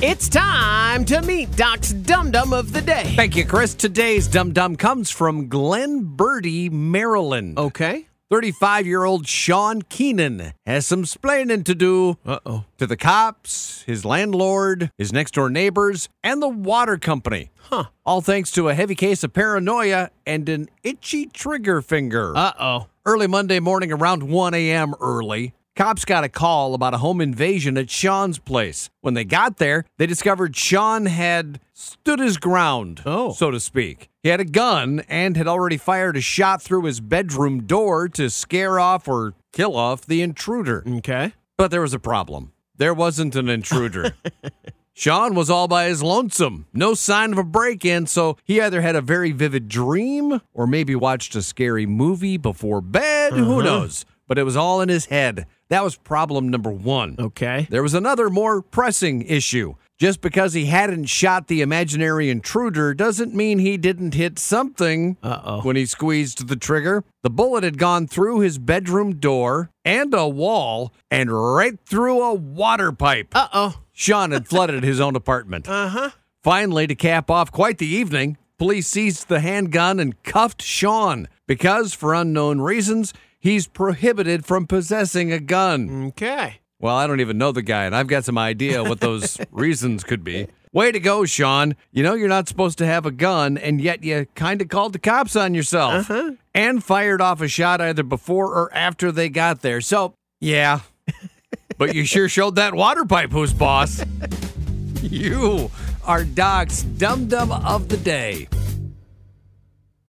It's time to meet Doc's Dum Dum of the Day. Thank you, Chris. Today's dum dum comes from Glen Birdie, Maryland. Okay. 35 year old Sean Keenan has some splaining to do Uh oh. to the cops, his landlord, his next door neighbors, and the water company. Huh. All thanks to a heavy case of paranoia and an itchy trigger finger. Uh oh. Early Monday morning, around 1 a.m. early, cops got a call about a home invasion at Sean's place. When they got there, they discovered Sean had stood his ground, Oh. so to speak. He had a gun and had already fired a shot through his bedroom door to scare off or kill off the intruder. Okay. But there was a problem. There wasn't an intruder. Sean was all by his lonesome. No sign of a break in, so he either had a very vivid dream or maybe watched a scary movie before bed. Who knows? But it was all in his head. That was problem number one. Okay. There was another more pressing issue. Just because he hadn't shot the imaginary intruder doesn't mean he didn't hit something Uh-oh. when he squeezed the trigger. The bullet had gone through his bedroom door and a wall and right through a water pipe. Uh oh. Sean had flooded his own apartment. Uh huh. Finally, to cap off quite the evening, police seized the handgun and cuffed Sean because, for unknown reasons, he's prohibited from possessing a gun. Okay. Well, I don't even know the guy, and I've got some idea what those reasons could be. Way to go, Sean. You know you're not supposed to have a gun, and yet you kind of called the cops on yourself and fired off a shot either before or after they got there. So, yeah. but you sure showed that water pipe who's boss. you are Doc's Dum Dum of the Day.